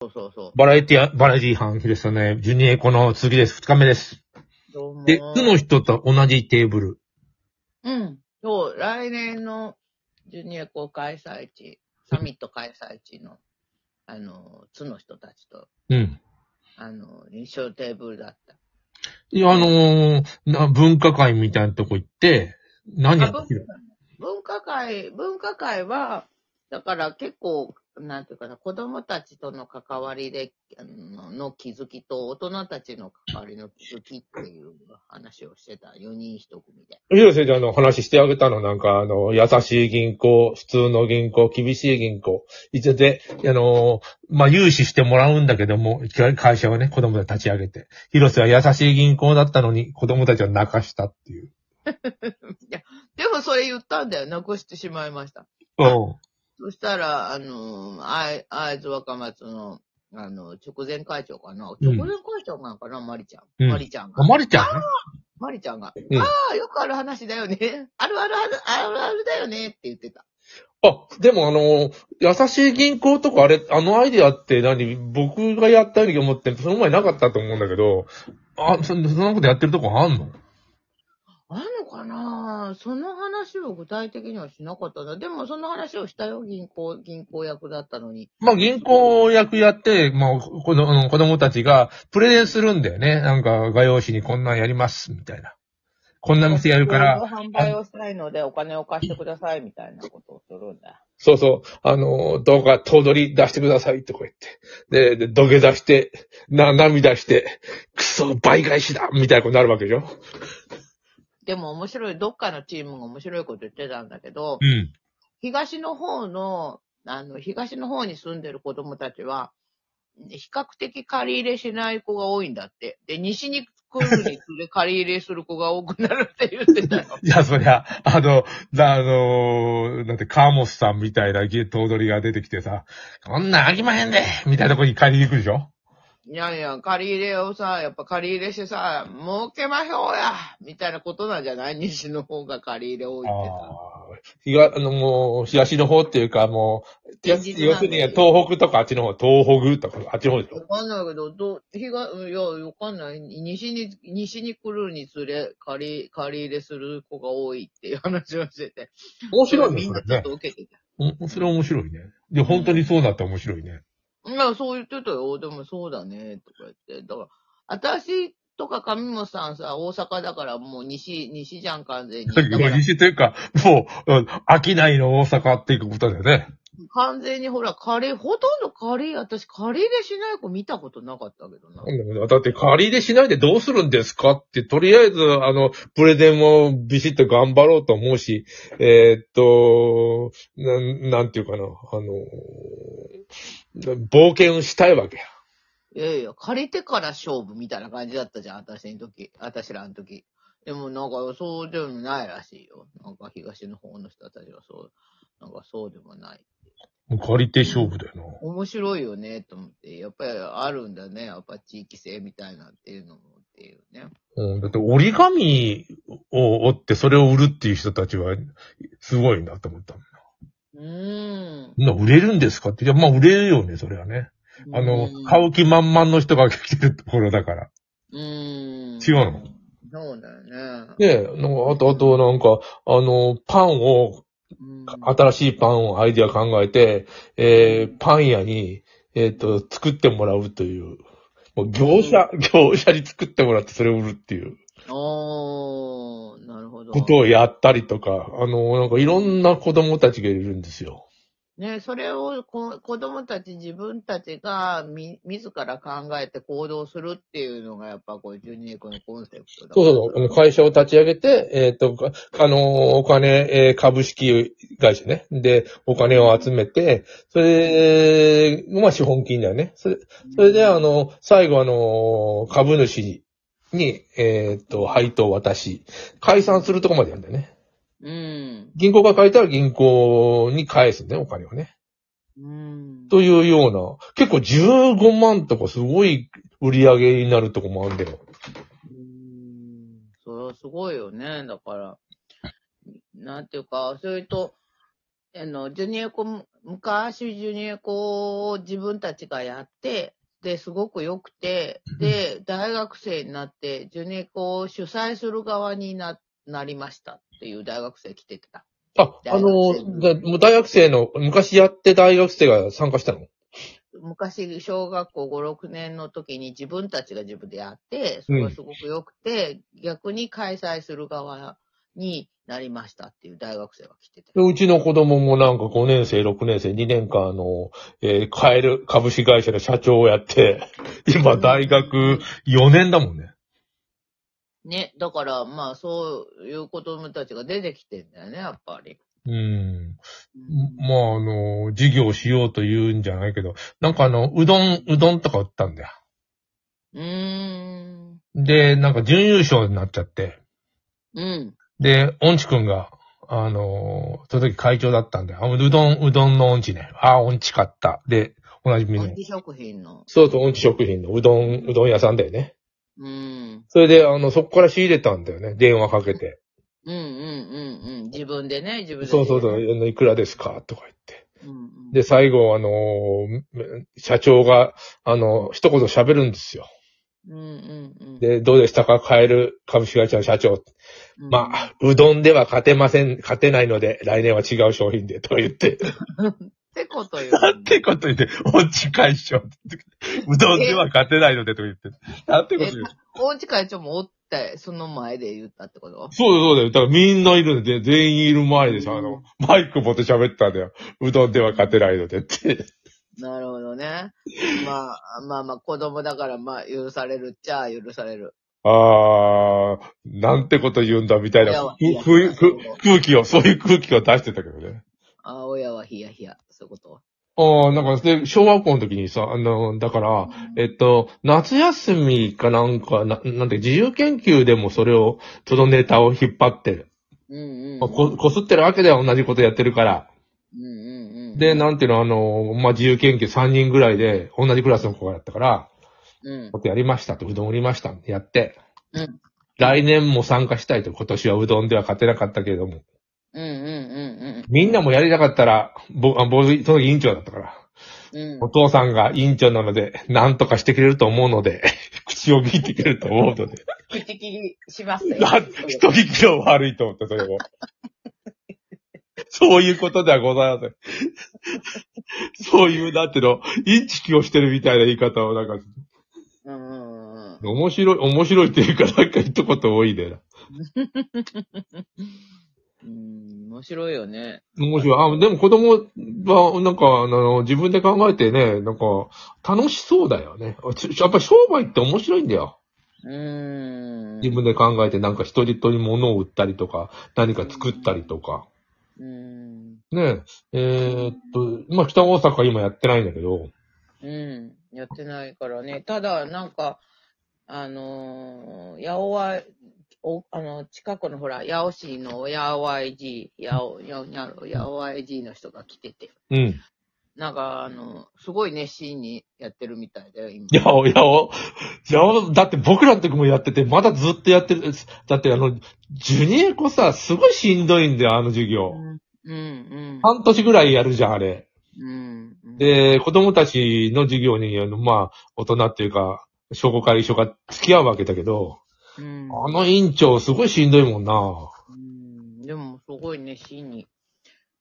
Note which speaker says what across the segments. Speaker 1: そうそうそう。
Speaker 2: バラエティア、バラエティ班ですよね。ジュニエコの次です。二日目です。
Speaker 1: どうも
Speaker 2: で、区の人と同じテーブル。
Speaker 1: うん。そう、来年のジュニア校開催地、サミット開催地の、あの、津の人たちと、
Speaker 2: うん。
Speaker 1: あの、一緒のテーブルだった。
Speaker 2: いや、あのーな文化会みたいなとこ行って、何やってる
Speaker 1: 文化会、文化会は、だから結構、なんていうかな、子供たちとの関わりで、あのの気づきと、大人たちの関わりの気づきっていう話をしてた。4人一組で。
Speaker 2: 広瀬先生、あの、話してあげたの、なんか、あの、優しい銀行、普通の銀行、厳しい銀行。一応で、あのー、まあ、融資してもらうんだけども、会会社をね、子供たち立ち上げて。広瀬は優しい銀行だったのに、子供たちを泣かしたっていう。
Speaker 1: でもそれ言ったんだよ。なくしてしまいました。
Speaker 2: うん。
Speaker 1: そしたら、あの、あい会津若松の、あの、直前会長かな。
Speaker 2: うん
Speaker 1: 直前会長なんかな、マリちゃ。
Speaker 2: うんん
Speaker 1: マリちゃんが。
Speaker 2: あ、まりちゃんね
Speaker 1: マリちゃんが。
Speaker 2: うん
Speaker 1: ああ、よくある話だよね。 あるあるある、あるあるだよねって言ってた。
Speaker 2: あ、でもあの、優しい銀行とかあれ、あのアイディアって何僕がやったように思って、その前なかったと思うんだけど、あ、そそんなことやってるとこあんの
Speaker 1: あんのかなその話を具体的にはしなかったな。でもその話をしたよ、銀行、銀行役だったのに。
Speaker 2: まあ、銀行役やって、まあ、この、あの子供たちがプレゼンするんだよね。なんか、画用紙にこんなんやります、みたいな。こんな店やるから。。
Speaker 1: 販売をしたいのでお金を貸してくださいみたいなことをするんだ。
Speaker 2: そうそう。あの、動画、頭取り出してくださいとか言って。で、で土下座して、な、涙して、クソ、倍返しだみたいなことになるわけでしょ
Speaker 1: でも面白い、どっかのチームが面白いこと言ってたんだけど、
Speaker 2: うん。
Speaker 1: 東の方の、あの、東の方に住んでる子供たちは、比較的借り入れしない子が多いんだって。で、西に来るにつれ借り入れする子が多くなるって言って たよ。
Speaker 2: いや、そりゃ、あの、だ、あのー、なんて、カーモスさんみたいなゲ頭取が出てきてさ、こんなんあきまへんでみたいなとこに借りに行くでしょ
Speaker 1: いやいや、借り入れをさ、やっぱ借り入れしてさ、儲けましょうやみたいなことなんじゃない西の方が借り入れ多いってさ。
Speaker 2: 東、あの、もう、東の方っていうか、もう、
Speaker 1: 現実なんだよ要するに東
Speaker 2: 北とかあっちの方、東北とかあっちの方でし
Speaker 1: わかんないけど、どう、日が、いや、わかんない。西に、西に来るにつれ、借り、借り入れする子が多いっていう話をしてて。
Speaker 2: 面白いね、
Speaker 1: みん
Speaker 2: そ
Speaker 1: な
Speaker 2: れ
Speaker 1: ちょっ
Speaker 2: ね
Speaker 1: と。受けてた。
Speaker 2: うんそれ面白いね。で、本当にそうだったら面白いね。
Speaker 1: いや、そう言ってたよ。でもそうだね、とか言って。だから、私とか上本さんさ、大阪だからもう西、西じゃん、完全に。だ
Speaker 2: も
Speaker 1: か
Speaker 2: う
Speaker 1: ら、
Speaker 2: 西というか、もう、うん飽きないの大阪っていうことだよね。
Speaker 1: 完全にほら、カレー、ほとんどカレー、私カレーでしない子見たことなかったけどな。
Speaker 2: だって借り入れしないでどうするんですかって、とりあえず、あの、プレゼンもビシッと頑張ろうと思うし、えーっと、なん、なんていうかな、あの、冒険をしたいわけや。
Speaker 1: いやいや、借りてから勝負みたいな感じだったじゃん、私の時、私らの時。でもなんかそうでもないらしいよ。なんか東の方の人たちはそう、なんかそうでもない。
Speaker 2: 借りて勝負だよな。
Speaker 1: 面白いよね、と思って。やっぱりあるんだね。やっぱ地域性みたいなっていうのもっていうね。
Speaker 2: うん、だって折り紙を折ってそれを売るっていう人たちは、すごいなと思った。
Speaker 1: うーん。
Speaker 2: な売れるんですかって。いや、まあ売れるよね、それはね。あの、買
Speaker 1: う。
Speaker 2: う気満々の人が来てるところだから。
Speaker 1: うーん。
Speaker 2: 違うの
Speaker 1: そうだよね。
Speaker 2: ねえ、なんかあと、あと、なんか、あの、パンを、
Speaker 1: うん
Speaker 2: 新しいパンをアイディア考えて、えー、パン屋に、えっ、と、作ってもらうという、もう業者、業者に作ってもらってそれを売るっていう
Speaker 1: おー、なるほど。
Speaker 2: ことをやったりとか、あの、なんかいろんな子供たちがいるんですよ。
Speaker 1: ね、それをこ子供たち自分たちがみ、自ら考えて行動するっていうのがやっぱこう、ジュニークのコンセプトだか
Speaker 2: そ
Speaker 1: ら
Speaker 2: うそう、あの会社を立ち上げて、えっ、と、かあのーお金、えー株式会社ね。で、お金を集めて、それ、まあ資本金だよね。それそれで、あ、の、最後、あの、株主に、えーっと、配当を渡し、解散するとこまでやるんだよね。
Speaker 1: うん。
Speaker 2: 銀行が借りたら銀行に返すんだよ、お金をね。
Speaker 1: うん。
Speaker 2: というような、結構15万とかすごい売り上げになるとこもあるんだよ。
Speaker 1: うーんそれはすごいよね。だから、なんていうか、それと、あの、ジュニエコも、昔ジュニエコを自分たちがやって、で、すごく良くて、で、大学生になって、ジュニエコを主催する側にな、なりましたっていう大学生来てた。
Speaker 2: あ、あの、だもう大学生の、昔やって大学生が参加したの
Speaker 1: 昔、小学校5、6年の時に自分たちが自分でやって、それがすごく良くて、逆に開催する側になりましたっていう大学生が来てて。
Speaker 2: でうちの子供もなんか5年生、6年生、2年間あの、えーカエル株式会社の社長をやって、今大学4年だもんね。
Speaker 1: ね、だから、まあ、そういう子供たちが出てきてんだよね、やっぱり。
Speaker 2: うん。
Speaker 1: うん
Speaker 2: まあ、あの、授業しようと言うんじゃないけど、なんかあの、うどん、うどんとか売ったんだよ。
Speaker 1: うーん。
Speaker 2: で、なんか準優勝になっちゃって。
Speaker 1: うん。
Speaker 2: で、オンチくんが、あのーその時会長だったんで、あ、うどん、うどんのオンチね。あ、オンチ買った。で、おなじみの
Speaker 1: 安。置食品の。
Speaker 2: そうそう、オンチ食品のうどん、うどん屋さんだよね。
Speaker 1: うん。
Speaker 2: それで、あの、そこから仕入れたんだよね。電話かけて。
Speaker 1: うんうんうんうん。自分でね、自分で。
Speaker 2: そうそうそう、あ。のいくらですかとか言って。
Speaker 1: うんうん、
Speaker 2: で、最後、あのー社長が、あの一言喋るんですよ。
Speaker 1: うんうんうん。
Speaker 2: で、どうでしたか買える株式会社の社長。
Speaker 1: うん、
Speaker 2: まあ、うどんでは勝てません、勝てないので、来年は違う商品で、と言って。
Speaker 1: ってこと よ。
Speaker 2: なんてこと言って、お家解消。うどんでは勝てないのでとか言って。なんてこと言う。
Speaker 1: 大内会長もおって、その前で言ったってこと
Speaker 2: そうだよそうだよ。だからみんないるんで、全員いる前でさ、あの、マイク持って喋ったんだよ。うどんでは勝てないのでって。
Speaker 1: なるほど ね。まあ、まあまあ、子供だから、まあ、許されるっちゃ許される。
Speaker 2: あー、なんてこと言うんだみたい
Speaker 1: 親
Speaker 2: な
Speaker 1: はヒヤヒ
Speaker 2: ふ
Speaker 1: ヤ
Speaker 2: ふふ空気を、そういう空気を出してたけどね。
Speaker 1: あ親はヒヤヒヤ、そういうこと。
Speaker 2: あー、なんか、で、小学校の時にさ、あの、だから、えっと、夏休みかなんか、ななんて、自由研究でもそれを、そのネタを引っ張ってる。
Speaker 1: うんうん。
Speaker 2: まあこ、こすってるわけでは同じことやってるから。
Speaker 1: うんうんうん。
Speaker 2: で、なんていうの、あの、まあ、自由研究3人ぐらいで、同じクラスの子がやったから、
Speaker 1: うん。
Speaker 2: ことやりましたと、うどん売りましたってやって、
Speaker 1: うん
Speaker 2: 来年も参加したいと、今年はうどんでは勝てなかったけれども、
Speaker 1: うんうん
Speaker 2: みんなもやりたかったら、ぼ、あ、ぼ、その時委員長だったから、
Speaker 1: うんうん。
Speaker 2: お父さんが委員長なので、なんとかしてくれると思うので、 口を切ってくれると思うので、
Speaker 1: 口切りしますよ。
Speaker 2: なん人聞きの悪いと思った、それも。そういうことではございません。そういう、だっていうの、インチキをしてるみたいな言い方を、なんか、
Speaker 1: うんうんうんうん。
Speaker 2: 面白い、面白いっていうか、なんか一言多いでな。
Speaker 1: うん、面白いよね。
Speaker 2: 面白い。あ、でも子供は、なんか、あの、自分で考えてね、なんか、楽しそうだよね。あちやっぱり商売って面白いんだよ。
Speaker 1: うーん。
Speaker 2: 自分で考えて、なんか一人一人物を売ったりとか、何か作ったりとか。
Speaker 1: うーん。
Speaker 2: ねえ、えーっと、まあ、北大阪今やってないんだけど、
Speaker 1: うん。やってないからね。ただ、なんか、あのー、八尾は、お、あの、近くのほら、八尾市の八尾 IG、八尾、八尾にある八尾 IG の人が来てて。
Speaker 2: うん。
Speaker 1: なんか、あの、すごい熱心にやってるみたいだよ、今。
Speaker 2: やお、やお、やお、だって僕らの時もやってて、まだずっとやってる。だってあの、ジュニエコさ、すごいしんどいんだよ、あの授業。
Speaker 1: うん、うん、
Speaker 2: 半年ぐらいやるじゃん、あれ。
Speaker 1: うん。うん、
Speaker 2: で、子供たちの授業に、あの、まあ、大人っていうか、商工会議所が付き合うわけだけど、
Speaker 1: うん、
Speaker 2: あの委員長すごいしんどいもんな。
Speaker 1: うん。でも、すごい熱心に、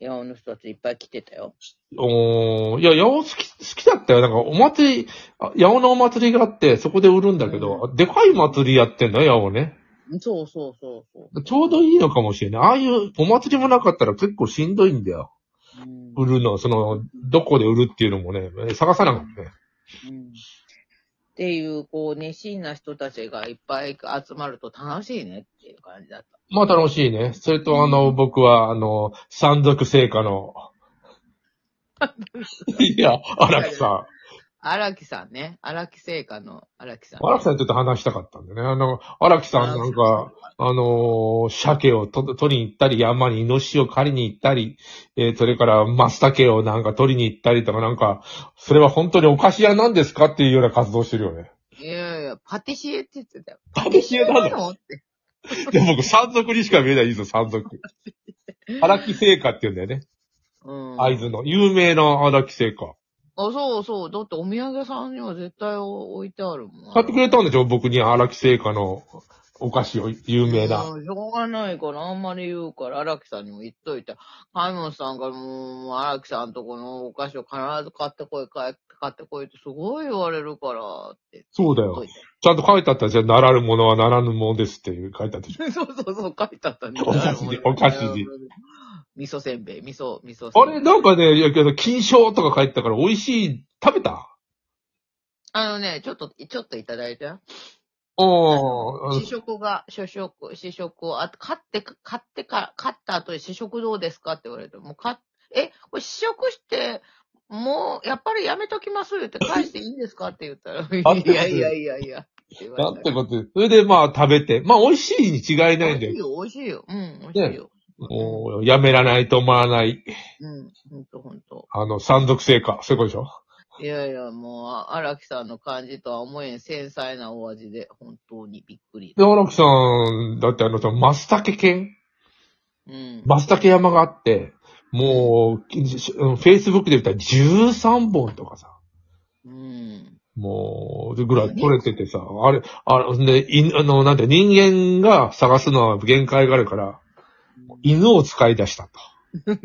Speaker 1: 八尾の人たちいっぱい来てたよ。
Speaker 2: おーいや、八尾好き、好きだったよ。なんかお祭り、あ八尾のお祭りがあって、そこで売るんだけど、でかい祭りやってんだよ、八尾ね。
Speaker 1: そうそうそうそう。
Speaker 2: ちょうどいいのかもしれない。ああいうお祭りもなかったら結構しんどいんだよ。
Speaker 1: うん
Speaker 2: 売るの、その、どこで売るっていうのもね、探さなかったね。
Speaker 1: うんっていう、こう、熱心な人たちがいっぱい集まると楽しいねっていう感じだっ
Speaker 2: まあ楽しいね。それとあの、僕はあの、山賊聖火の、いや、荒木さ
Speaker 1: た。荒木さんね。荒木製菓の荒木さん。
Speaker 2: ん。荒木さんにちょっと話したかったんでね。あの、荒木さんなんか、あのー鮭をと取りに行ったり、山にイノシシを狩りに行ったり、えーそれから松茸をなんか取りに行ったりとかなんか、それは本当にお菓子屋なんですかっていうような活動してるよね。
Speaker 1: いやいや、パティシエって言ってたよ。
Speaker 2: パティシエなの
Speaker 1: パ ティって。
Speaker 2: で、僕山賊にしか見えないですよ、山賊。荒木聖火って言うんだよね。
Speaker 1: うん。
Speaker 2: 合図の。有名な荒木製菓。
Speaker 1: あ、そうそう。だってお土産さんには絶対置いてあるもん。
Speaker 2: 買ってくれたんでしょ僕に荒木製菓のお菓子を、有名な。
Speaker 1: うんしょうがないから、あんまり言うから、荒木さんにも言っといて、ハイモンさんがもう、荒木さんとこのお菓子を必ず買ってこい、買え買ってこいってすごい言われるから、って。
Speaker 2: そうだ
Speaker 1: 言っと
Speaker 2: よ。
Speaker 1: いて
Speaker 2: ちゃんと書いてあったら、じゃあ、ならぬものはならぬものですっていう書いてあったでしょ。
Speaker 1: そうそうそう、書いてあったん
Speaker 2: お菓子でお菓子で。
Speaker 1: 味噌せんべい、味噌、味噌せ
Speaker 2: あ
Speaker 1: んべい
Speaker 2: れ、なんかね、いやけど、金賞とか書いてたから、美味しい、食べた
Speaker 1: あのね、ちょっと、ちょっといただいて。
Speaker 2: おーあの
Speaker 1: 試食が、試食、試食を、あと、買って、買ってか、買った後に試食どうですかって言われて、もう買っ、え、これ試食して、もう、やっぱりやめときますよって返していいんですかって言っ たら、
Speaker 2: こと
Speaker 1: いやいやいやいや、って言われ
Speaker 2: な
Speaker 1: た
Speaker 2: んてことで。それでまあ食べて。まあ美味しいに違いないん
Speaker 1: 美味
Speaker 2: だ
Speaker 1: しい
Speaker 2: よ。
Speaker 1: よ、美味しいよ。うん、美味しいよ。
Speaker 2: もうやめらないと思わない。
Speaker 1: うん、ほんとほんと。
Speaker 2: あの、山賊成果。そういうことでしょ
Speaker 1: いやいや、もう、あ荒木さんの感じとは思えん繊細なお味で、本当にびっくり。
Speaker 2: で、荒木さん、だってあの、その、松茸犬
Speaker 1: うん。
Speaker 2: 松茸山があって、もう、きしうんフェイスブックで言ったら13本とかさ、
Speaker 1: うん。
Speaker 2: もう、ぐらい取れててさ、あれ、あの、で、いあの、なんて、人間が探すのは限界があるから、犬を使い出したと。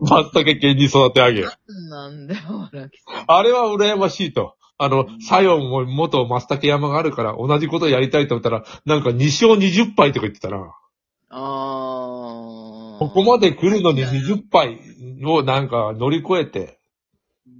Speaker 2: 松茸犬に育て上げる。
Speaker 1: なんだよ、荒木さん。
Speaker 2: あれは羨ましいと。あの、サヨンも元松茸山があるから、同じことやりたいと思ったら、なんか2勝20敗とか言ってたな。
Speaker 1: あー。
Speaker 2: ここまで来るのに20敗をなんか乗り越えて、
Speaker 1: う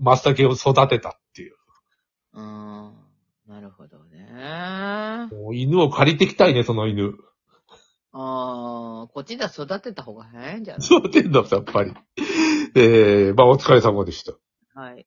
Speaker 2: 松茸を育てたっていう。
Speaker 1: ん。なるほどね。あ
Speaker 2: もう犬を借りてきたいね、その犬。
Speaker 1: あ、こっちでは育てた方が早いんじゃない
Speaker 2: 育てんだ、やっぱり。えー、まあお疲れ様でした。
Speaker 1: はい。